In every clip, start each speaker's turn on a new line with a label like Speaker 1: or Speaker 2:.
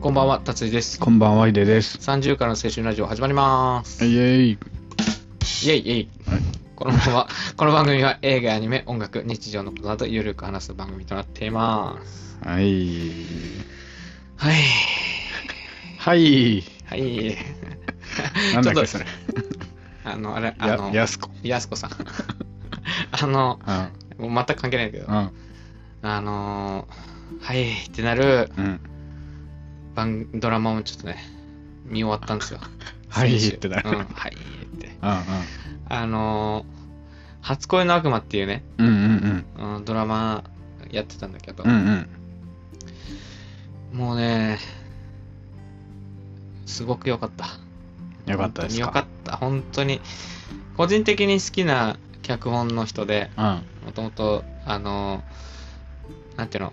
Speaker 1: こんばんは、達治です。
Speaker 2: こんばんは、ヒデです。
Speaker 1: 30からの青春ラジオ始まります。
Speaker 2: イエイ。
Speaker 1: イェイイェイ。このまま、この番組は映画、アニメ、音楽、日常のことなどゆるく話す番組となっています。
Speaker 2: はい。
Speaker 1: はい。
Speaker 2: はい。
Speaker 1: はい。
Speaker 2: なんだっ
Speaker 1: ちょっと
Speaker 2: け、それ。
Speaker 1: あの、あれ、あ
Speaker 2: や
Speaker 1: の、、
Speaker 2: やすこ。
Speaker 1: やすこさん。 あの、
Speaker 2: うん。
Speaker 1: もう全く関係ないけど
Speaker 2: う、ん。
Speaker 1: あのー、はいってなる
Speaker 2: うん。
Speaker 1: 番、ドラマもちょっとね、見終わったんですよ。
Speaker 2: はい
Speaker 1: 先週
Speaker 2: ってなる
Speaker 1: うん、はいって。
Speaker 2: う
Speaker 1: あのー、初恋の悪魔っていうね、
Speaker 2: ん。うん。うん。
Speaker 1: うん、ドラマやってたんだけど、
Speaker 2: うん。うん。
Speaker 1: もうね、すごく良かった。
Speaker 2: うん。よかったです
Speaker 1: 良か
Speaker 2: か。
Speaker 1: った。本当に、個人的に好きな脚本の人で、
Speaker 2: うん。
Speaker 1: もともと、あのー、なんていうの、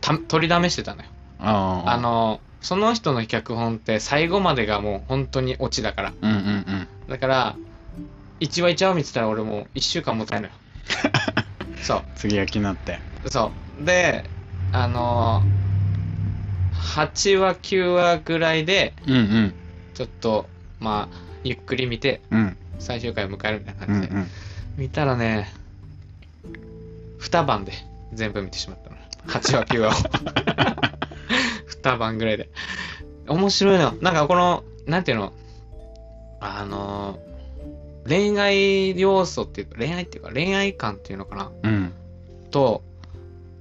Speaker 1: た取りだめしてたのよ。
Speaker 2: あ
Speaker 1: あ、のー、その人の脚本って最後までがもう本当にオチだから。
Speaker 2: うんうんうん。
Speaker 1: だから、一話一話見てたら俺もう一週間もたない のよ。そう。
Speaker 2: 次が気になって。
Speaker 1: そう。で、あのー、8話、9話ぐらいで、
Speaker 2: うんうん。
Speaker 1: ちょっと、まあ、ゆっくり見て、
Speaker 2: うん。
Speaker 1: 最終回を迎えるみたいな
Speaker 2: うん
Speaker 1: 感じ
Speaker 2: う
Speaker 1: で。
Speaker 2: ん。
Speaker 1: 見たらね、2晩で全部見てしまったの。8話、9話を。2晩ぐらいで。面白いの。なんかこの、なんていうの、あのー、恋愛要素っていうか、恋愛っていうか、恋愛感っていうのかな。
Speaker 2: うん。
Speaker 1: と、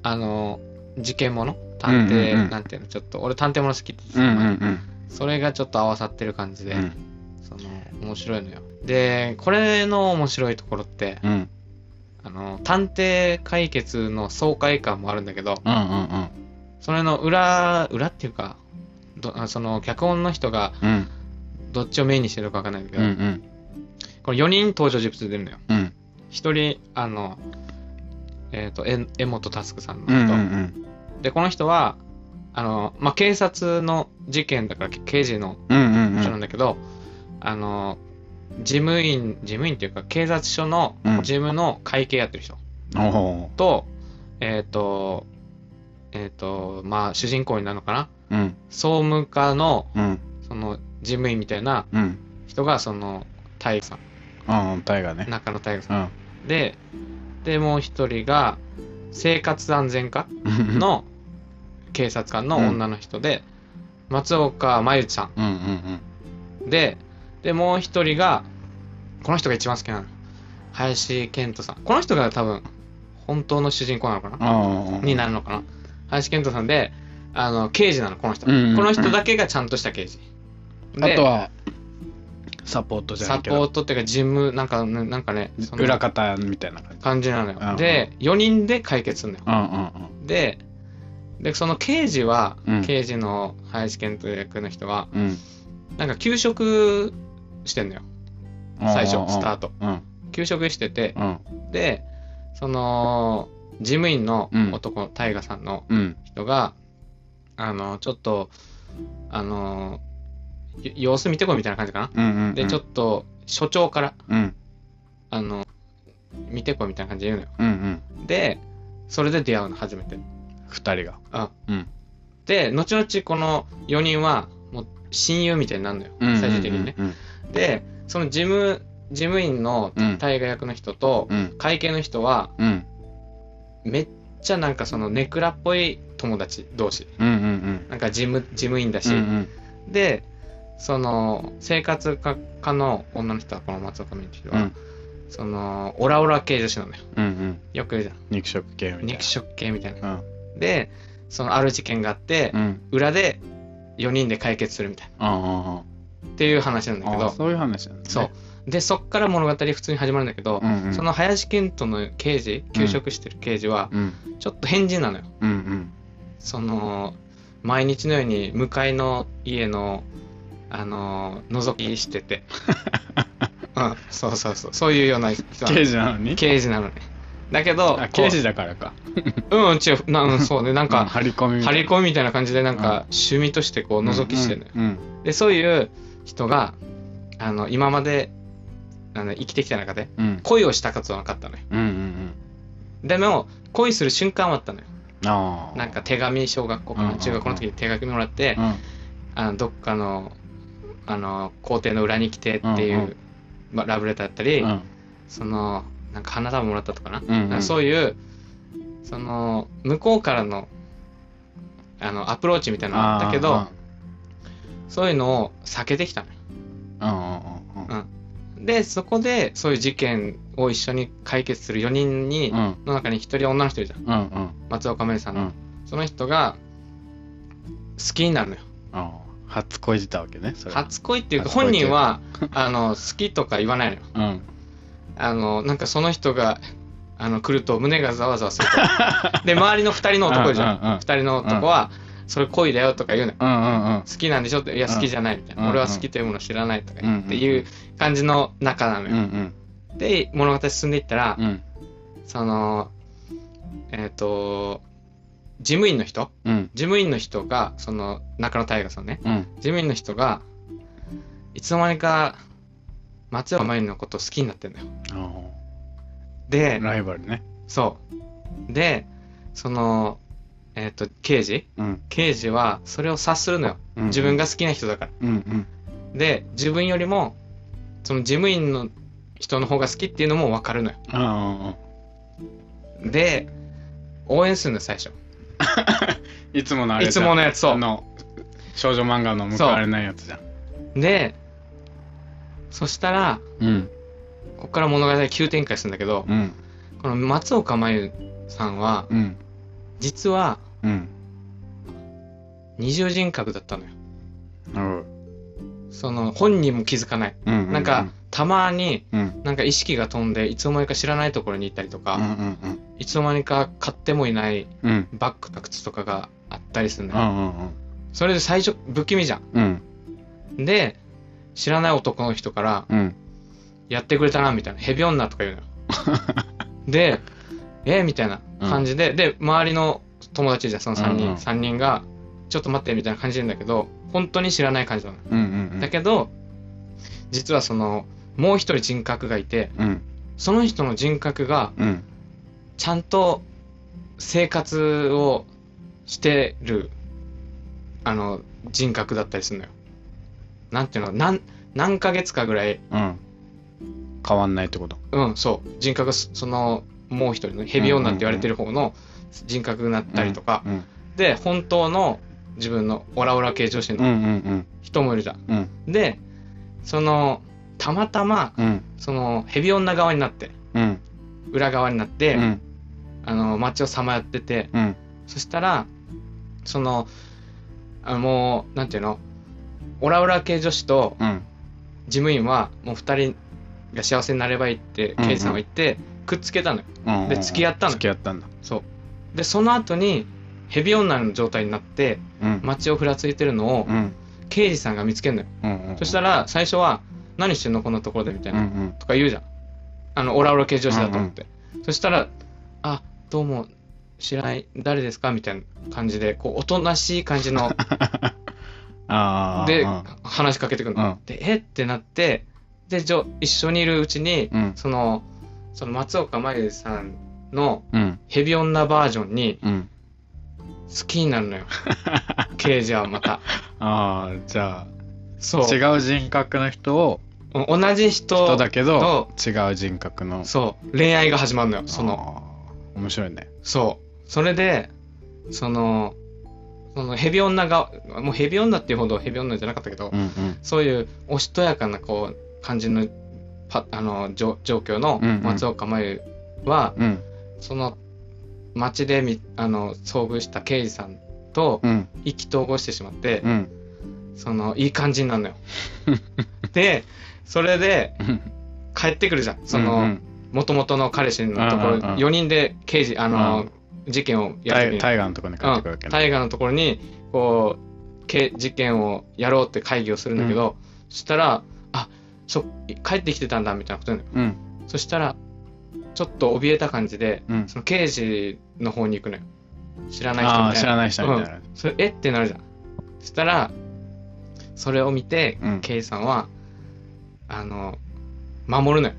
Speaker 1: あの、事件もの探偵、
Speaker 2: うんうんうん
Speaker 1: なんていうの、ちょっと、俺探偵もの好きって言って
Speaker 2: うんう
Speaker 1: た
Speaker 2: ん
Speaker 1: の
Speaker 2: うん。
Speaker 1: それがちょっと合わさってる感じで、
Speaker 2: うん。
Speaker 1: その、面白いのよ。で、これの面白いところって、
Speaker 2: うんうん
Speaker 1: あの、探偵解決の爽快感もあるんだけど、
Speaker 2: うん
Speaker 1: それの裏、裏っていうか、どその、脚本の人が
Speaker 2: うん。うん
Speaker 1: どっちをメインにしてるかわかんないんだけ
Speaker 2: うんう
Speaker 1: ど、
Speaker 2: ん
Speaker 1: これ4人登場人物出るのよ。
Speaker 2: うん
Speaker 1: 1人、あの、えっ、と、え江本佑さんの
Speaker 2: う
Speaker 1: 人、
Speaker 2: んうん
Speaker 1: で、この人は、あの、まあ、警察の事件だから、け刑事の
Speaker 2: うんうんうん
Speaker 1: 人なんだけど、あの、事務員、事務員っていうか、警察署の
Speaker 2: うん
Speaker 1: 事務の会計やってる人
Speaker 2: おほ
Speaker 1: と、えっ、と、えっ、と、まあ、主人公になるのかな
Speaker 2: ううん
Speaker 1: 総務課の、
Speaker 2: うん
Speaker 1: その、事務員みたいな
Speaker 2: うん
Speaker 1: 人が、その、大河さん、
Speaker 2: うん大河ね
Speaker 1: 中野大河さ
Speaker 2: うん
Speaker 1: ん。で、で、もう一人が、生活安全課の警察官の女の人で、松岡真由ちゃ
Speaker 2: うんうんうん
Speaker 1: んででもう一人がこの人が一番好きなの林健人さんこの人が多分本当の主人公なのかな
Speaker 2: ああ
Speaker 1: になるのかな林健人さんであの刑事なのこの人、
Speaker 2: うんうんうん
Speaker 1: この人だけがちゃんとした刑事
Speaker 2: あ
Speaker 1: で
Speaker 2: とはサポートじゃな
Speaker 1: サ
Speaker 2: いけ
Speaker 1: ポー
Speaker 2: ど
Speaker 1: トっていうか事務なんかねなんかねその
Speaker 2: 裏方みたいな感じ
Speaker 1: 感じなの
Speaker 2: うんう
Speaker 1: よ
Speaker 2: ん
Speaker 1: で4人で解決するのよ
Speaker 2: うんうん
Speaker 1: ででその刑事は、
Speaker 2: うん
Speaker 1: 刑事の林健人役の人は
Speaker 2: うんうん
Speaker 1: なんか休職してんのよ最初スタート
Speaker 2: うん
Speaker 1: 休職してて
Speaker 2: うん
Speaker 1: でその事務員の
Speaker 2: うん
Speaker 1: 男、大河さんの
Speaker 2: うん
Speaker 1: 人があのちょっとあのよ様子見てこいみたいな感じかな、
Speaker 2: うんうん
Speaker 1: でちょっと所長から
Speaker 2: うん
Speaker 1: あの見てこいみたいな感じで言うのよ
Speaker 2: うんうん
Speaker 1: でそれで出会うの初めて
Speaker 2: 二人が
Speaker 1: あ
Speaker 2: うん
Speaker 1: で後々この4人はもう親友みたいになるのよ、最終的にね
Speaker 2: うん
Speaker 1: でその事務事務員の
Speaker 2: うん
Speaker 1: 大河役の人と
Speaker 2: うん
Speaker 1: 会計の人は
Speaker 2: うん
Speaker 1: めっちゃなんかそのネクラっぽい友達同士
Speaker 2: うんうんうん
Speaker 1: なんか事務事務員だし、
Speaker 2: うん
Speaker 1: でその生活科科の女の人はこの松岡美人は、
Speaker 2: うん
Speaker 1: そのオラオラ系女子なのよ
Speaker 2: うんうん
Speaker 1: よく言うじゃ
Speaker 2: 肉食系みたい
Speaker 1: ん
Speaker 2: な
Speaker 1: 肉食系みたいな
Speaker 2: うん
Speaker 1: でそのある事件があって、
Speaker 2: うん
Speaker 1: 裏で4人で解決するみたいな
Speaker 2: ああ
Speaker 1: っていう話なんだけ
Speaker 2: ああ
Speaker 1: ど
Speaker 2: そういう話なんだね
Speaker 1: そうでそっから物語普通に始まるんだけど、
Speaker 2: うんうん
Speaker 1: その林健人の刑事休職してる刑事は
Speaker 2: うん
Speaker 1: ちょっと変人なのよ
Speaker 2: うんうん
Speaker 1: その毎日のように向かいの家のあの覗きしててうんそうそうそうそういうような人なの
Speaker 2: 刑事なのに
Speaker 1: 刑事なのねだけど
Speaker 2: あ刑事だからか
Speaker 1: こううん違うなうんそうねなん
Speaker 2: うん
Speaker 1: か
Speaker 2: 張り込み
Speaker 1: 張り込みみたいな感じでなんか趣味としてこう覗きしてるのよ、
Speaker 2: うん
Speaker 1: でそういう人があの今まであの生きてきた中で
Speaker 2: うん
Speaker 1: 恋をしたことはなかったのよ
Speaker 2: うんうん
Speaker 1: でも恋する瞬間はあったのよ
Speaker 2: うんああ。
Speaker 1: なんか手紙小学校か
Speaker 2: うんう
Speaker 1: な
Speaker 2: んうん
Speaker 1: 中学校の時に手紙もらって
Speaker 2: うん。
Speaker 1: あのどっかのあの校庭の裏に来てってい
Speaker 2: うんう
Speaker 1: うまあラブレターだったり
Speaker 2: うん。
Speaker 1: そのなんか花束もらったとかな
Speaker 2: うんうん
Speaker 1: なんかそういうその向こうからのあのアプローチみたいなのあったけどそういうのを避けてきたのよ
Speaker 2: ああ、うんうんうん
Speaker 1: でそこでそういう事件を一緒に解決する4人に
Speaker 2: うん。うん
Speaker 1: の中に1人女の人いるじゃん
Speaker 2: うんうん。
Speaker 1: 松岡芽依さん
Speaker 2: う
Speaker 1: の、
Speaker 2: ん。
Speaker 1: その人が好きになるのよ
Speaker 2: ああ。初恋したわけね。それ
Speaker 1: 初恋っていうか
Speaker 2: 初恋
Speaker 1: 本
Speaker 2: っていう
Speaker 1: 人は あの好きとか言わないのよ
Speaker 2: うん。
Speaker 1: あのなんかその人があの来ると胸がざわざわする とで周りの2人の男いるじゃん
Speaker 2: うんうんうん
Speaker 1: 2人の男は「それ恋だよ」とか言うのよ
Speaker 2: うんうんうん。
Speaker 1: 好きなんでしょって「いや好きじゃない」みたいな、
Speaker 2: うん
Speaker 1: 俺は好きというものを知らない」とか
Speaker 2: うん
Speaker 1: 言
Speaker 2: う
Speaker 1: っ
Speaker 2: ん
Speaker 1: ていう感じの仲なの
Speaker 2: う
Speaker 1: よ、
Speaker 2: んうん。
Speaker 1: で物語進んでいったら、
Speaker 2: うん
Speaker 1: そのえっ、と事務員の人
Speaker 2: うん
Speaker 1: 事務員の人がその中野大河さんね
Speaker 2: うん。
Speaker 1: 事務員の人がいつの間にか松岡茉優のこと好きになってんだよ
Speaker 2: ああ。
Speaker 1: で
Speaker 2: ライバルね。
Speaker 1: そうでそのえっ、と刑事
Speaker 2: うん。
Speaker 1: 刑事はそれを察するのよ
Speaker 2: うん
Speaker 1: 自分。が好きな人だから、
Speaker 2: うんうん。
Speaker 1: で自分よりもその事務員の人の方が好きっていうのも分かるのよ
Speaker 2: ああ。
Speaker 1: で応援するのよ最初
Speaker 2: いつものあれ
Speaker 1: いつものやつそう
Speaker 2: あの、少女漫画の報われないやつじゃん。
Speaker 1: でそしたら
Speaker 2: うん。
Speaker 1: ここから物語が急展開するんだけど、
Speaker 2: うん。
Speaker 1: この松岡茉優さんは
Speaker 2: うん。
Speaker 1: 実は
Speaker 2: うん。
Speaker 1: 二重人格だったのよ
Speaker 2: うん。
Speaker 1: その本人も気づかない
Speaker 2: うん。
Speaker 1: なんか、たまに
Speaker 2: うん、うん。
Speaker 1: なんか意識が飛んでいつの間にか知らないところに行ったりとか、
Speaker 2: うんうんうん。
Speaker 1: いつの間にか買ってもいない
Speaker 2: うん。
Speaker 1: バッグとか靴とかがあったりする
Speaker 2: う
Speaker 1: の
Speaker 2: んう
Speaker 1: よ、
Speaker 2: ん
Speaker 1: それで最初不気味じゃん
Speaker 2: うん。
Speaker 1: で知らない男の人から
Speaker 2: うん。
Speaker 1: 「やってくれたな」みたいな「へび女」とか言 うのよで「えみたいな感じで、で周りの友達じゃんその3人、
Speaker 2: うんうん
Speaker 1: 3人が「ちょっと待って」みたいな感じなんだけど本当に知らない感じなの
Speaker 2: うんうん。
Speaker 1: だけど実はそのもう一人人格がいて
Speaker 2: うん。
Speaker 1: その人の人格が
Speaker 2: うん。
Speaker 1: ちゃんと生活をしてるあの人格だったりするのよ。なんていうのなん何ヶ月かぐらい
Speaker 2: うん。変わんないってこと。
Speaker 1: うんそう人格がそそのもう一人のヘビ女って言われてる方の人格になったりとか、
Speaker 2: うん。
Speaker 1: で本当の自分のオラオラ系女子
Speaker 2: うんう
Speaker 1: の
Speaker 2: ん
Speaker 1: 人もいるじゃん。
Speaker 2: うん。うん。
Speaker 1: でそのたまたま
Speaker 2: うん。
Speaker 1: そのヘビ女側になって
Speaker 2: うん。
Speaker 1: 裏側になって、
Speaker 2: うん。
Speaker 1: あの街をさまよってて
Speaker 2: うん。
Speaker 1: そしたらそのあもうなんていうのオラオラ系女子と
Speaker 2: うん。
Speaker 1: 事務員はもう2人が幸せになればいいって
Speaker 2: うんうん
Speaker 1: 刑事さんは言ってくっつけたのよ
Speaker 2: うん。
Speaker 1: で付き合ったの
Speaker 2: 付き合ったんだ。
Speaker 1: そうでその後にヘビ女の状態になって
Speaker 2: うん。
Speaker 1: 街をふらついてるのを
Speaker 2: うん。
Speaker 1: 刑事さんが見つけるのよ
Speaker 2: うん。うん。
Speaker 1: そした
Speaker 2: ら、
Speaker 1: ら最初は「何してんのこんなところで」みたい
Speaker 2: うんう。
Speaker 1: なんとか言うじゃんあのオラオラ系女子だと思ってそしたら「あどうも知らない誰ですか?」みたいな感じでこうおとなしい感じの
Speaker 2: ああ。
Speaker 1: で
Speaker 2: うん。
Speaker 1: 話しかけてくるの。でえってなってでじょ一緒にいるうちに
Speaker 2: うん。
Speaker 1: そのその松岡茉優さんの
Speaker 2: うん。
Speaker 1: ヘビ女バージョンに
Speaker 2: うん。
Speaker 1: 好きになる のよ刑事はまた
Speaker 2: ああ、じゃ
Speaker 1: そ
Speaker 2: あ、
Speaker 1: う
Speaker 2: 違う人格の人を、
Speaker 1: お同じ
Speaker 2: 人
Speaker 1: 人
Speaker 2: だけど
Speaker 1: と、
Speaker 2: 違う人格の、
Speaker 1: そう恋愛が始まるのよその
Speaker 2: あー。面白いね。
Speaker 1: そう。それで、その、そのヘビ女が、もうヘビ女っていうほどヘビ女じゃなかったけど、
Speaker 2: うん
Speaker 1: そういうおしとやかなこう感じのパあのじょ状況の
Speaker 2: うんうん
Speaker 1: 松岡茉優は、
Speaker 2: うん。うん。
Speaker 1: その街でみあの遭遇した刑事さんと
Speaker 2: うん。
Speaker 1: 意気投合してしまって、
Speaker 2: うん。
Speaker 1: そのいい感じになる のよ。で、それで帰ってくるじゃん。そ
Speaker 2: うんう
Speaker 1: の
Speaker 2: ん、
Speaker 1: 元々の彼氏のところ、
Speaker 2: うんうんうん
Speaker 1: 4人で刑事、あの、
Speaker 2: うん
Speaker 1: 事件をやる時に
Speaker 2: タイタイガーのとこに帰ってくるわけ
Speaker 1: うん
Speaker 2: ね。
Speaker 1: 大河のところにこうけ事件をやろうって会議をするんだけど、そしたら「あそ帰ってきてたんだ」みたいなことになる
Speaker 2: うん。
Speaker 1: そしたらちょっと怯えた感じで
Speaker 2: うん。
Speaker 1: その刑事の方に行くのよ知らない人
Speaker 2: あ
Speaker 1: み
Speaker 2: あ、
Speaker 1: たい
Speaker 2: 知
Speaker 1: な
Speaker 2: らない人みたいな。
Speaker 1: それえってなるじゃんそしたらそれを見て、
Speaker 2: うん
Speaker 1: 刑事さんはあの守るのよ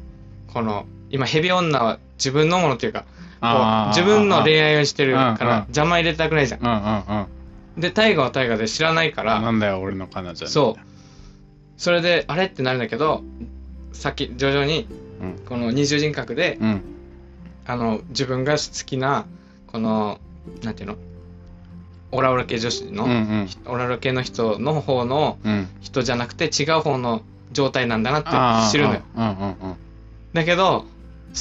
Speaker 1: この今ヘビ女は自分のものというか
Speaker 2: あー
Speaker 1: 自分の恋愛をしてるか
Speaker 2: うんうん
Speaker 1: ら邪魔入れたくないじゃん。
Speaker 2: うんうんうん。
Speaker 1: で、大河は大河で知らないから、
Speaker 2: なんだよ、俺の彼女。
Speaker 1: そう。それで、あれってなるんだけど、さっき徐々に
Speaker 2: うん、
Speaker 1: この二重人格で、
Speaker 2: うん。
Speaker 1: あの、自分が好きな、この、なんていうのオラオラ系女子
Speaker 2: うんう
Speaker 1: の、
Speaker 2: ん。
Speaker 1: オラオラ系の人の方の
Speaker 2: うん。
Speaker 1: 人じゃなくて違う方の状態なんだなっ
Speaker 2: あ
Speaker 1: て
Speaker 2: ー
Speaker 1: 知るのよ。。
Speaker 2: うんうんうん。
Speaker 1: だけど、好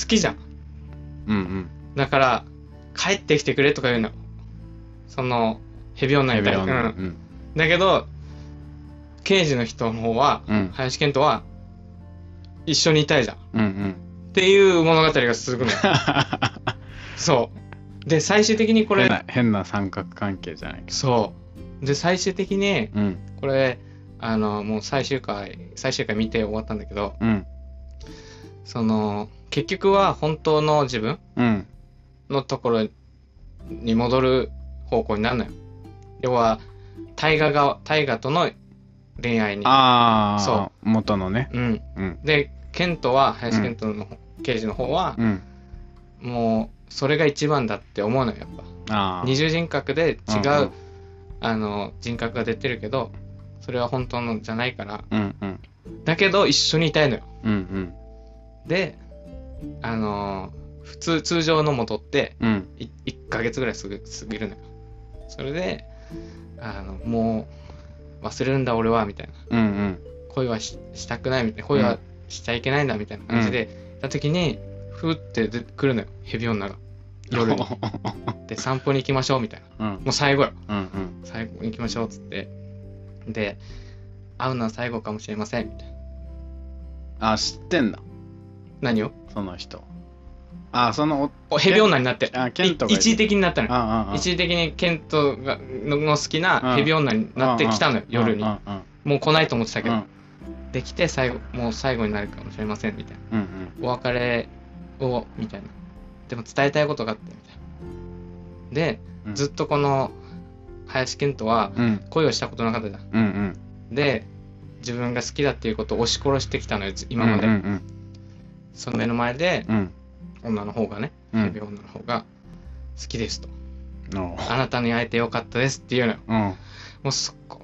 Speaker 1: きじゃん。
Speaker 2: うん
Speaker 1: だから、帰ってきてくれとか言うの。その、ヘビ
Speaker 2: うん。
Speaker 1: 女
Speaker 2: ヘ
Speaker 1: み
Speaker 2: ビ
Speaker 1: たい
Speaker 2: ロ
Speaker 1: な。
Speaker 2: ン
Speaker 1: うん
Speaker 2: うん。
Speaker 1: だけど、刑事の人の方は、
Speaker 2: うん
Speaker 1: 林健人は、一緒にいたいじゃん。っ
Speaker 2: うんうん。
Speaker 1: ていう物語が続くの よ。そう。で、最終的にこ
Speaker 2: 変
Speaker 1: れ、
Speaker 2: な、変な三角関係じゃないけ
Speaker 1: そう。で、最終的に、
Speaker 2: ど。うん。
Speaker 1: これ、あの、もう最終回、最終回見て終わったんだけど、
Speaker 2: うん。
Speaker 1: その、結局は本当の自分
Speaker 2: うん。
Speaker 1: のところに戻る方向になるのよ。要は、大河が、大河との恋愛に。
Speaker 2: ああ、
Speaker 1: そ
Speaker 2: 元のね。
Speaker 1: うん。
Speaker 2: うん。
Speaker 1: で、ケントは、林ケントの刑事の方は、
Speaker 2: うん。
Speaker 1: もう、それが一番だって思うのよ、やっ
Speaker 2: あ
Speaker 1: ぱ。
Speaker 2: あ。
Speaker 1: 二重人格で違う、
Speaker 2: うんうん
Speaker 1: あの、人格が出てるけど、それは本当のじゃないから。
Speaker 2: うんうん。
Speaker 1: だけど、一緒にいたいのよ。
Speaker 2: うんうん。
Speaker 1: で、あのー普通、通常の戻って、
Speaker 2: うん。
Speaker 1: い1ヶ月ぐらいすぐ過ぎるのよそれであのもう忘れるんだ俺はみたいな
Speaker 2: うんうん。
Speaker 1: 恋はししたくないみたいな恋はしちゃいけないんだみたいな感じで、た時にふーって出てくるのよヘビ女が夜にで散歩に行きましょうみたいな
Speaker 2: うん
Speaker 1: もう最後よ
Speaker 2: うんうん。
Speaker 1: 最後に行きましょうっつってで会うのは最後かもしれませんみたいな
Speaker 2: あ、知ってんだ。
Speaker 1: 何を
Speaker 2: その人。あ、そのお、
Speaker 1: おヘビ女になって
Speaker 2: あ、ケントが
Speaker 1: い一時的になったのよ
Speaker 2: あああ
Speaker 1: 一時的にケントがのの好きなヘビ女になってきたのよ夜に
Speaker 2: うんうん
Speaker 1: もう来ないと思ってたけ
Speaker 2: う
Speaker 1: ど、
Speaker 2: ん
Speaker 1: できて最後もう最後になるかもしれませんみたいな
Speaker 2: うんう
Speaker 1: お
Speaker 2: ん
Speaker 1: 別れをみたいなでも伝えたいことがあってみたいなで
Speaker 2: うん
Speaker 1: ずっとこの林健人は
Speaker 2: うん
Speaker 1: 恋をしたことなかったじゃん
Speaker 2: うんうん
Speaker 1: で自分が好きだっていうことを押し殺してきたのよず今まで、
Speaker 2: うんうん
Speaker 1: その目の前で
Speaker 2: うん
Speaker 1: 女の方がね、
Speaker 2: うん
Speaker 1: ヘビ女の方が好きですと
Speaker 2: の
Speaker 1: あなたに会えてよかったですっていうのよ
Speaker 2: うん
Speaker 1: もうそこ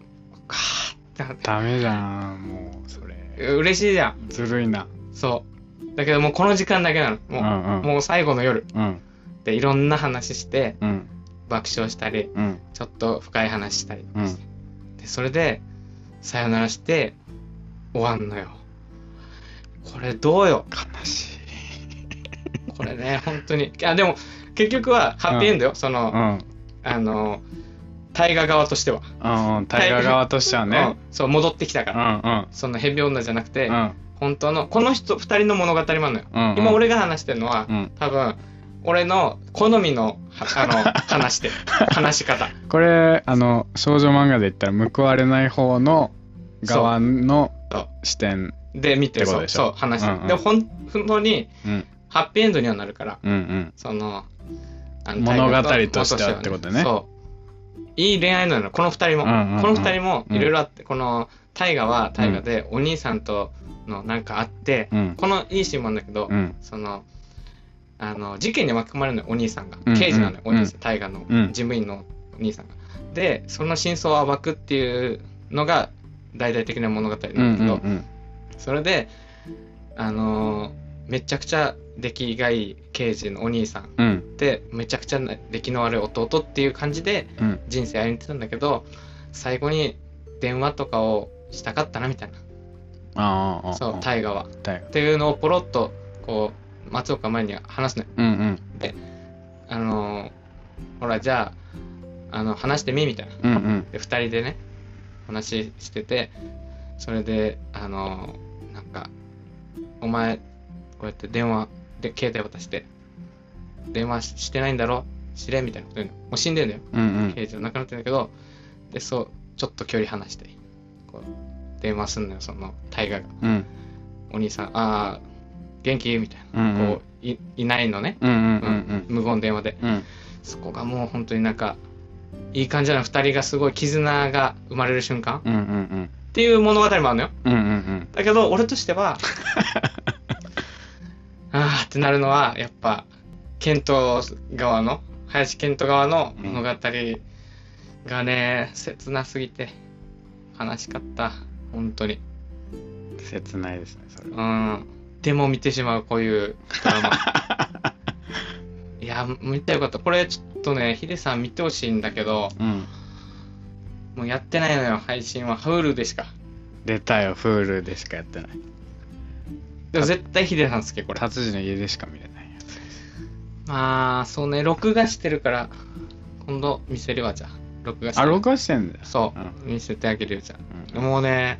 Speaker 1: かーってなって
Speaker 2: ダメじゃんもうそれ
Speaker 1: 嬉しいじゃん
Speaker 2: ずるいな
Speaker 1: そうだけどもうこの時間だけなの
Speaker 2: う
Speaker 1: も
Speaker 2: ん
Speaker 1: う
Speaker 2: う、ん
Speaker 1: もう最後の夜
Speaker 2: うん
Speaker 1: でいろんな話して
Speaker 2: うん
Speaker 1: 爆笑したり
Speaker 2: うん
Speaker 1: ちょっと深い話したりして、でそれでさよならして終わんのよこれどうよ
Speaker 2: 悲しい
Speaker 1: これね本当にあでも結局はハッピーエンドよ、そうの、
Speaker 2: ん
Speaker 1: あの大河側としては、
Speaker 2: うんうん大河側としてはね
Speaker 1: うんそう戻ってきたか
Speaker 2: うん
Speaker 1: ら、
Speaker 2: うん
Speaker 1: そのヘビ女じゃなくて、
Speaker 2: うん
Speaker 1: 本当のこの人2人の物語もあるのよ、
Speaker 2: うん
Speaker 1: 今俺が話してるのは、
Speaker 2: うん
Speaker 1: 多分俺の好みのはあ の話で話し方
Speaker 2: これあの少女漫画で言ったら報われない方の側の
Speaker 1: そう
Speaker 2: 視点
Speaker 1: で見て
Speaker 2: っ
Speaker 1: そ
Speaker 2: てこと
Speaker 1: う
Speaker 2: でしょ
Speaker 1: そう話して、
Speaker 2: うんうん
Speaker 1: でほん本当に
Speaker 2: うん
Speaker 1: ハッピーエンドにはなるから
Speaker 2: うんうん
Speaker 1: そのあ
Speaker 2: 物語
Speaker 1: タイプ
Speaker 2: としてはってことね
Speaker 1: そういい恋愛なのこの二人も、
Speaker 2: うんうんうん
Speaker 1: この二人も
Speaker 2: うん
Speaker 1: いろいろあって、この大河は大河でお兄さんとのなんかあって、
Speaker 2: うん
Speaker 1: このいいシーンもあるんだけど、
Speaker 2: うん
Speaker 1: そのあの事件に巻き込まれるのよお兄さんが、
Speaker 2: うんうん
Speaker 1: 刑事なのよお兄さん大河、
Speaker 2: う
Speaker 1: の
Speaker 2: ん
Speaker 1: 事務員のお兄さんがでその真相を暴くっていうのが大々的な物語なんだけ
Speaker 2: う
Speaker 1: ど、
Speaker 2: んうんうん
Speaker 1: それであのーめちゃくちゃ出来がいい刑事のお兄さん
Speaker 2: うん
Speaker 1: でめちゃくちゃな出来の悪い弟っていう感じで
Speaker 2: うん
Speaker 1: 人生歩んでたんだけど最後に電話とかをしたかったなみたいな
Speaker 2: あーあー
Speaker 1: そう
Speaker 2: あー
Speaker 1: 大河は。っ
Speaker 2: 大河
Speaker 1: ていうのをポロッとこう松岡前に話すのよ
Speaker 2: うんうん
Speaker 1: あのーほらじゃああの話してみみたいな。
Speaker 2: うんうん
Speaker 1: で2人でね話しててそれであのなんか「お前こうやって電話で携帯渡して電話ししてないんだろ知れ」みたいなこと言うのもう死んでんだよ
Speaker 2: うんうん
Speaker 1: 刑事は亡くなってんだけどでそうちょっと距離離してこう電話すんのよその大河が
Speaker 2: うん
Speaker 1: お兄さん「ああ元気?」みたい
Speaker 2: うんう
Speaker 1: なんこういいないのね、
Speaker 2: うんうん
Speaker 1: う
Speaker 2: うん
Speaker 1: 無言電話で
Speaker 2: うん
Speaker 1: そこがもう本当になんかいい感じなの2人がすごい絆が生まれる瞬間
Speaker 2: うんうんうん
Speaker 1: っていう物語もあるのよ
Speaker 2: うんうん
Speaker 1: だけど俺としてはあーってなるのはやっぱ健闘側の、林健闘側の物語がね、切なすぎて、悲しかった。本当に。
Speaker 2: 切ないですねそれは
Speaker 1: うん。でも見てしまう、こういうドラマ。いや、見てよかった。これちょっとね、ヒデさん見てほしいんだけど、
Speaker 2: うん
Speaker 1: もうやってないのよ、配信は。ハウルでしか。
Speaker 2: 出たよ Hulu でしかやってない
Speaker 1: でも絶対ヒデさん好き、これ。
Speaker 2: 達治の家でしか見れないやつ
Speaker 1: まあ、そうね、録画してるから、今度見せるわ、じゃあ。録画して
Speaker 2: あ
Speaker 1: る
Speaker 2: 録画してんだよ
Speaker 1: そう、
Speaker 2: う
Speaker 1: 見せてあげるよ、じゃあ。
Speaker 2: うん
Speaker 1: もうね、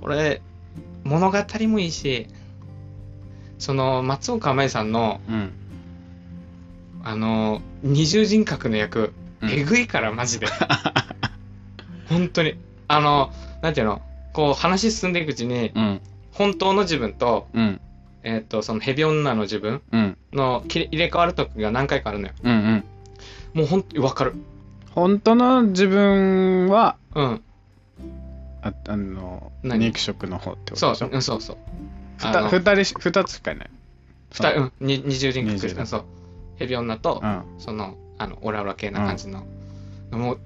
Speaker 1: これ、物語もいいし、その、松岡茉優さんの、
Speaker 2: うん
Speaker 1: あの、二重人格の役、
Speaker 2: うん
Speaker 1: えぐいから、マジ で。本当に。あの、なんていうのこう、話進んでいくうちに、
Speaker 2: うん
Speaker 1: 本当の自分と、
Speaker 2: うん
Speaker 1: えっ、と、その、ヘビ女の自分
Speaker 2: うん
Speaker 1: の切れ入れ替わる時が何回かあるのよ。
Speaker 2: うんうん
Speaker 1: もう本当にわかる。
Speaker 2: 本当の自分は
Speaker 1: うん。
Speaker 2: ああの
Speaker 1: 何
Speaker 2: 肉食の方ってこと
Speaker 1: そう
Speaker 2: でしょ
Speaker 1: うんそうそう。
Speaker 2: ふ
Speaker 1: あ
Speaker 2: た
Speaker 1: の
Speaker 2: 二人し二つしかいない
Speaker 1: 二人、うん、に二重人格
Speaker 2: 二重人格
Speaker 1: そう。ヘビ女と
Speaker 2: う、ん
Speaker 1: その、あの、オラオラ系な感じの。もう、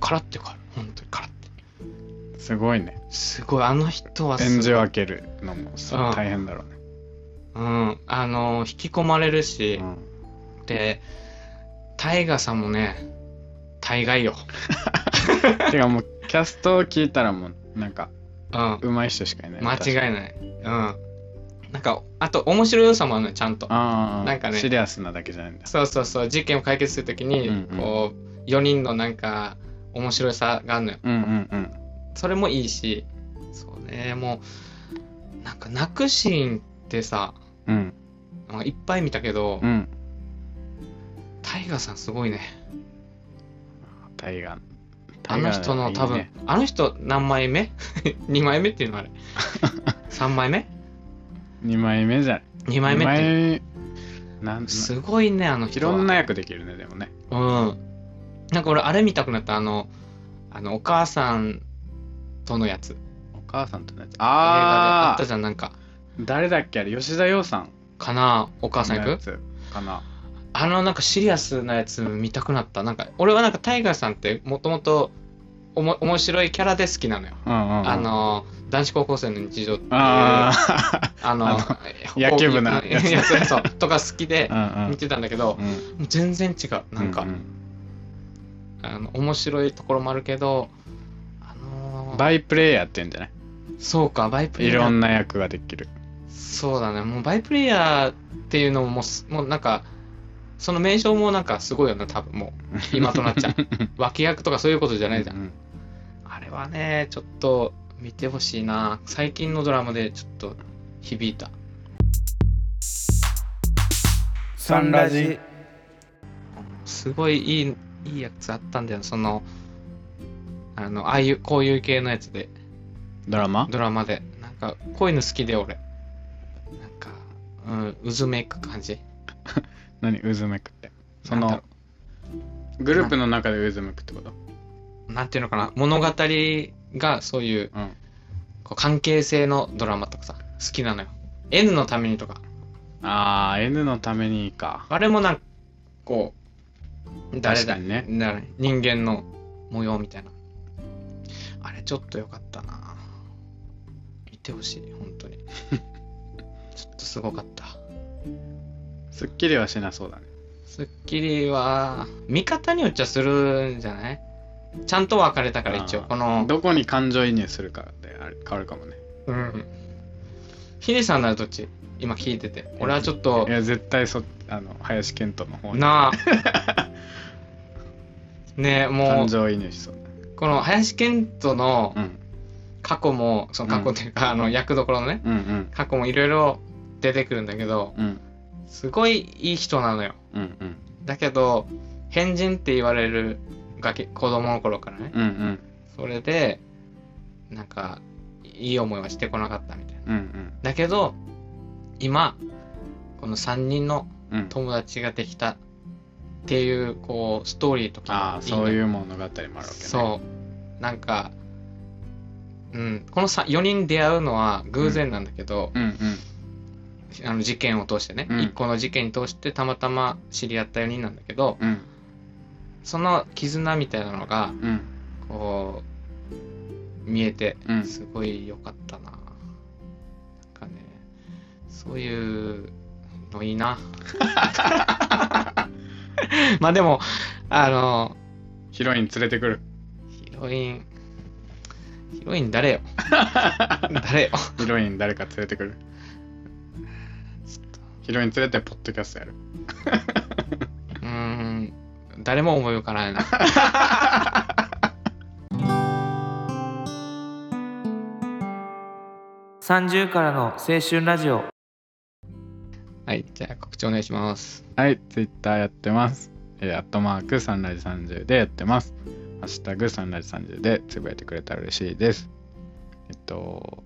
Speaker 1: カラッて変わる。本当にカラッて。
Speaker 2: すごいね
Speaker 1: すごい、あの人はす
Speaker 2: 演じ分けるのもさ
Speaker 1: うん
Speaker 2: 大変だろうね
Speaker 1: うん、あの、引き込まれるし、
Speaker 2: うん
Speaker 1: で、タイガさんもね、大概よ。
Speaker 2: てかもうキャストを聞いたらもうなんか
Speaker 1: うん、
Speaker 2: 上手い人しかいない
Speaker 1: 間違い
Speaker 2: い
Speaker 1: ない。うん。なんか、あと、面白い良さもあるのよ、ちゃんと。
Speaker 2: ああ
Speaker 1: なんかね
Speaker 2: シリアスなだけじゃないんだ
Speaker 1: そうそうそう、事件を解決するときに、
Speaker 2: うんうん
Speaker 1: こう、4人のなんか、面白さがあるのよ。
Speaker 2: うんうんうん
Speaker 1: それもいいし、そうね、もう、なんか泣くシーンってさ、
Speaker 2: うん
Speaker 1: まあいっぱい見たけど、
Speaker 2: うん
Speaker 1: タイガーさんすごいね。
Speaker 2: タイガー
Speaker 1: あの人の多分、あの人何枚目 ?2 枚目っていう のあれ。3枚目
Speaker 2: 2枚目じゃない
Speaker 1: ?2 枚目って。
Speaker 2: 二枚なん
Speaker 1: すごいね、あの
Speaker 2: い
Speaker 1: 人は。
Speaker 2: ろんな役できるねでもね
Speaker 1: うん。なんか俺、あれ見たくなった、あの、あの、お母さんとのやつ。映
Speaker 2: お母さんとのやつ
Speaker 1: 画であ
Speaker 2: あ
Speaker 1: った
Speaker 2: あ
Speaker 1: じゃん、なんか。
Speaker 2: 誰だっけあれ吉田羊さん
Speaker 1: かなお母さん
Speaker 2: の
Speaker 1: 行
Speaker 2: や
Speaker 1: く
Speaker 2: つかな
Speaker 1: あのなんかシリアスなやつ見たくなった。なんか俺はなんかタイガーさんってもともとおも面白いキャラで好きなのよ。
Speaker 2: うんうんうん
Speaker 1: あの男子高校生の日常っていうあ
Speaker 2: あ
Speaker 1: の
Speaker 2: あの野球部のやつ
Speaker 1: いやそうそうとか好き で
Speaker 2: あ
Speaker 1: 見てたんだけど、
Speaker 2: うんうん
Speaker 1: もう全然違う。なんか、
Speaker 2: うう
Speaker 1: あの面白いところもあるけど、あのー
Speaker 2: バイプレイヤーって言うんじゃない
Speaker 1: そうかバイプレ
Speaker 2: い
Speaker 1: イヤ
Speaker 2: ろ
Speaker 1: ー
Speaker 2: んな役ができる
Speaker 1: そうだねもうバイプレイヤーっていうのももうすもうなんかその名称もなんかすごいよな多分もう今となっ ちゃう脇役とかそういうことじゃないじゃん
Speaker 2: う。ん
Speaker 1: あれはね、ちょっと見てほしいな。最近のドラマでちょっと響いた。
Speaker 2: サンラジ
Speaker 1: すごいいい、いいやつあったんだよ。その、あの、ああいう、こういう系のやつで、
Speaker 2: ドラマ
Speaker 1: ドラマで。なんか、こういうの好きで、俺。なんか、うん、渦めく感じ。
Speaker 2: 何渦巻くってそ
Speaker 1: なんだ
Speaker 2: の
Speaker 1: ろ
Speaker 2: グループの中で渦巻くってこと
Speaker 1: なんていうのかな。物語が、そういう、
Speaker 2: うん
Speaker 1: こう関係性のドラマとかさ、好きなのよ。N のためにとか。
Speaker 2: ああ N のためにいいか
Speaker 1: あれもなんか、こう、誰
Speaker 2: 確
Speaker 1: だ
Speaker 2: かにね
Speaker 1: 誰人間の模様みたいな。あれちょっと良かったな見てほしい、本 当に。ちょっとすごかった。
Speaker 2: すっきりはしなそうだね
Speaker 1: スッキリは、見方によっちゃするんじゃないちゃんと分かれたから一応、
Speaker 2: あー
Speaker 1: この、
Speaker 2: どこに感情移入するかであれ変わるかもね
Speaker 1: うん。ヒデさんならどっち今聞いてて。俺はちょっと
Speaker 2: い、や絶対そあの林遣都の方に
Speaker 1: なあねえ、も
Speaker 2: 感
Speaker 1: う、
Speaker 2: 情移入しそう
Speaker 1: この林遣都の、
Speaker 2: だ、うん、
Speaker 1: 過去もその過去というか、あの役どころのね
Speaker 2: うんうん
Speaker 1: 過去もいろいろ出てくるんだけど
Speaker 2: うん
Speaker 1: すごいいい人なのよ
Speaker 2: うんうん
Speaker 1: だけど変人って言われるがけ子供の頃からね
Speaker 2: うんうん
Speaker 1: それでなんかいい思いはしてこなかったみたいな
Speaker 2: うんうん
Speaker 1: だけど今この3人の
Speaker 2: うん
Speaker 1: 友達ができたっていうこうストーリーと
Speaker 2: あ
Speaker 1: か
Speaker 2: あそう
Speaker 1: う
Speaker 2: いう物語もあるわけね
Speaker 1: そうなんかうんこの4人出会うのは偶然なんだけど、
Speaker 2: うんうん
Speaker 1: あの事件を通してね、
Speaker 2: うん
Speaker 1: 一個の事件に通してたまたま知り合った4人なんだけど、
Speaker 2: うん
Speaker 1: その絆みたいなのが、
Speaker 2: うん
Speaker 1: こう、見えて、
Speaker 2: うん
Speaker 1: すごい良かったな。なんかね、そういうのいい な。まあでも、あの、
Speaker 2: ヒロイン連れてくる
Speaker 1: ヒロイン、ヒロイン 誰よ誰よ
Speaker 2: ヒロイン誰か連れてくるヒロイン連れてポッドキャストやる
Speaker 1: うーん、誰も思い浮かないな。
Speaker 3: 30からの青春ラジオ
Speaker 1: はい、じゃあ告知お願いします。
Speaker 2: はい、ツイッターやってます。えー、アットマークサンライズ30でやってます。ハッシュタグサンライズ30でつぶやいてくれたら嬉しいです。えっと、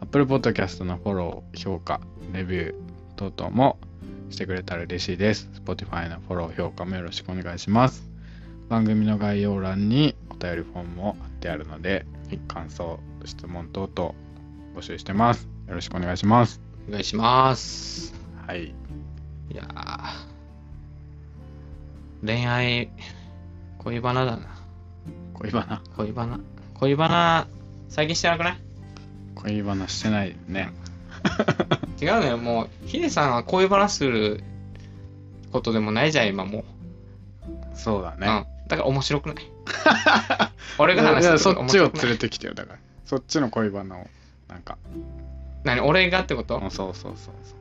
Speaker 2: Apple Podcast のフォロー、評価、レビュー等々もしてくれたら嬉しいです。Spotify のフォロー、評価もよろしくお願いします。番組の概要欄にお便りフォームも貼ってあるので、感想、質問等々募集してます。よろしくお願いします。
Speaker 1: お願いします。
Speaker 2: はい。
Speaker 1: いやー恋愛、恋バナだな。
Speaker 2: 恋バナ。
Speaker 1: 恋バナ。恋バナ、最近してなくない
Speaker 2: 恋バナしてないね。
Speaker 1: 違うのよ、もう、ヒデさんは恋バナすることでもないじゃん、今も
Speaker 2: そうだ
Speaker 1: う。
Speaker 2: ね。
Speaker 1: うん。だから面白 くない俺が話
Speaker 2: い
Speaker 1: す
Speaker 2: や
Speaker 1: る
Speaker 2: そ
Speaker 1: と
Speaker 2: っ
Speaker 1: 面
Speaker 2: ちを
Speaker 1: 白
Speaker 2: 連
Speaker 1: くない
Speaker 2: れてきてよだからそっちの恋バナをなんか
Speaker 1: 何俺がってこ
Speaker 2: う
Speaker 1: と
Speaker 2: んそうそうそうそ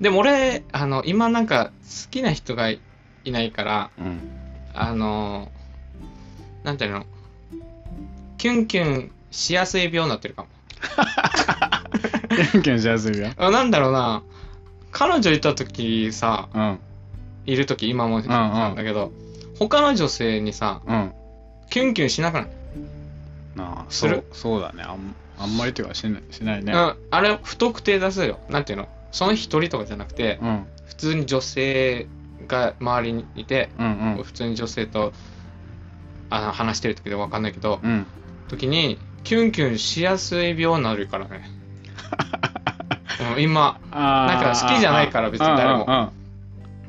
Speaker 1: でも俺、あの、今なんか好きな人がいないから、
Speaker 2: ううん
Speaker 1: あのー、なんていうの、キュンキュンしやすい病になってるかも。
Speaker 2: キュンキュンしやすいよ
Speaker 1: あなんだろうな、彼女いた時さ、
Speaker 2: うん
Speaker 1: いる時今もなんだけど、他の女性にさ、
Speaker 2: うん
Speaker 1: キュンキュンしなくない、
Speaker 2: なあ
Speaker 1: する
Speaker 2: そうそうだねあんあんまりというかしないしないね
Speaker 1: うん、あれ、不特定多数よ。なんていうの、その一人とかじゃなくて、
Speaker 2: うん
Speaker 1: 普通に女性が周りにいて、
Speaker 2: うんうん
Speaker 1: 普通に女性とあの話してる時で分かんないけど、
Speaker 2: うん
Speaker 1: 時にキュンキュンしやすい病になるから ねうん今
Speaker 2: あ
Speaker 1: な
Speaker 2: ー
Speaker 1: んか好きじゃないから別に誰も
Speaker 2: うんうんうん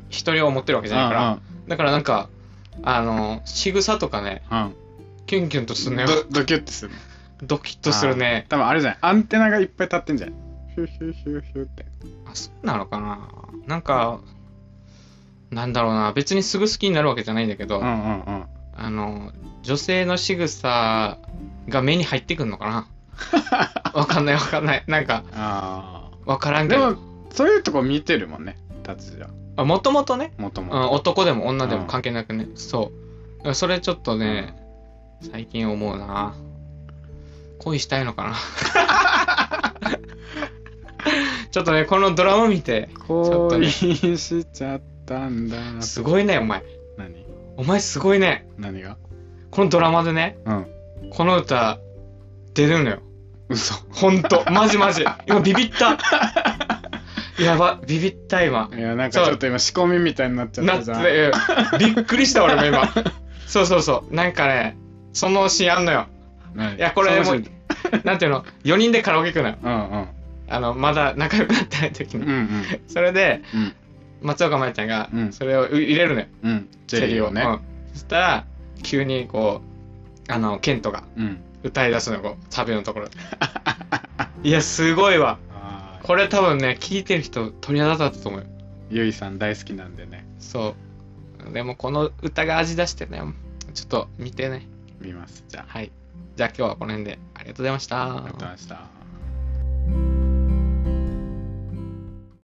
Speaker 1: 一人を思ってるわけじゃないからだからなんかあの仕草とかね
Speaker 2: うんうん
Speaker 1: キュンキュンとするね
Speaker 2: ドドキュッてする
Speaker 1: ドキッとするね
Speaker 2: 多分あれじゃないアンテナがいっぱい立ってんじゃないヒュヒュヒュヒュって
Speaker 1: あそうなのかななんかなんだろうな別にすぐ好きになるわけじゃないんだけど、
Speaker 2: うんうんうん
Speaker 1: あの女性の仕草が目に入ってくんのか なわかんないわかんないなんか
Speaker 2: あ
Speaker 1: わから
Speaker 2: あ
Speaker 1: んけ
Speaker 2: で
Speaker 1: ど
Speaker 2: もそういうとこ見てるもんね達也
Speaker 1: もともとね
Speaker 2: もとも
Speaker 1: うん、
Speaker 2: と
Speaker 1: 男でも女でも関係なくね、そうだからそれちょっとね、最近思うな恋したいのか なちょっとねこのドラマ見 てょっとね
Speaker 2: 恋しちゃったんだ
Speaker 1: すごいねお前
Speaker 2: 何
Speaker 1: お前すごいね
Speaker 2: 何が
Speaker 1: このドラマでね
Speaker 2: うん
Speaker 1: この歌出るのよ
Speaker 2: 嘘
Speaker 1: ほん とマジマジ今ビビった やばビビった今
Speaker 2: いやなんかちょっと今仕込みみたいになっちゃっ
Speaker 1: なっ
Speaker 2: たじ
Speaker 1: て
Speaker 2: ゃん
Speaker 1: うんびっくりした俺も 今そうそうそうなんかねそのシーンあんのよ
Speaker 2: 何
Speaker 1: いやこれも
Speaker 2: そううじ
Speaker 1: なんていうの4人でカラオケ行くのよ
Speaker 2: ゃんうん
Speaker 1: あのまだ仲良くなってない時
Speaker 2: うんう
Speaker 1: に
Speaker 2: ん
Speaker 1: それで
Speaker 2: うん
Speaker 1: 松岡茉優ちゃんが
Speaker 2: うん
Speaker 1: それを入れるのよ
Speaker 2: うんうんジェリーをね
Speaker 1: うんそしたら急にこうあのケントが
Speaker 2: うん
Speaker 1: 歌い出すのよこうサビのところ でいやすごいわ
Speaker 2: あー
Speaker 1: これ多分ね聞いてる人鳥肌立ったと思うよ
Speaker 2: ゆいさん大好きなんでね
Speaker 1: そうでもこの歌が味出してねちょっと見てね
Speaker 2: 見ますじゃあ
Speaker 1: はいじゃあ今日はこの辺でありがとうございました
Speaker 2: ありがとうございました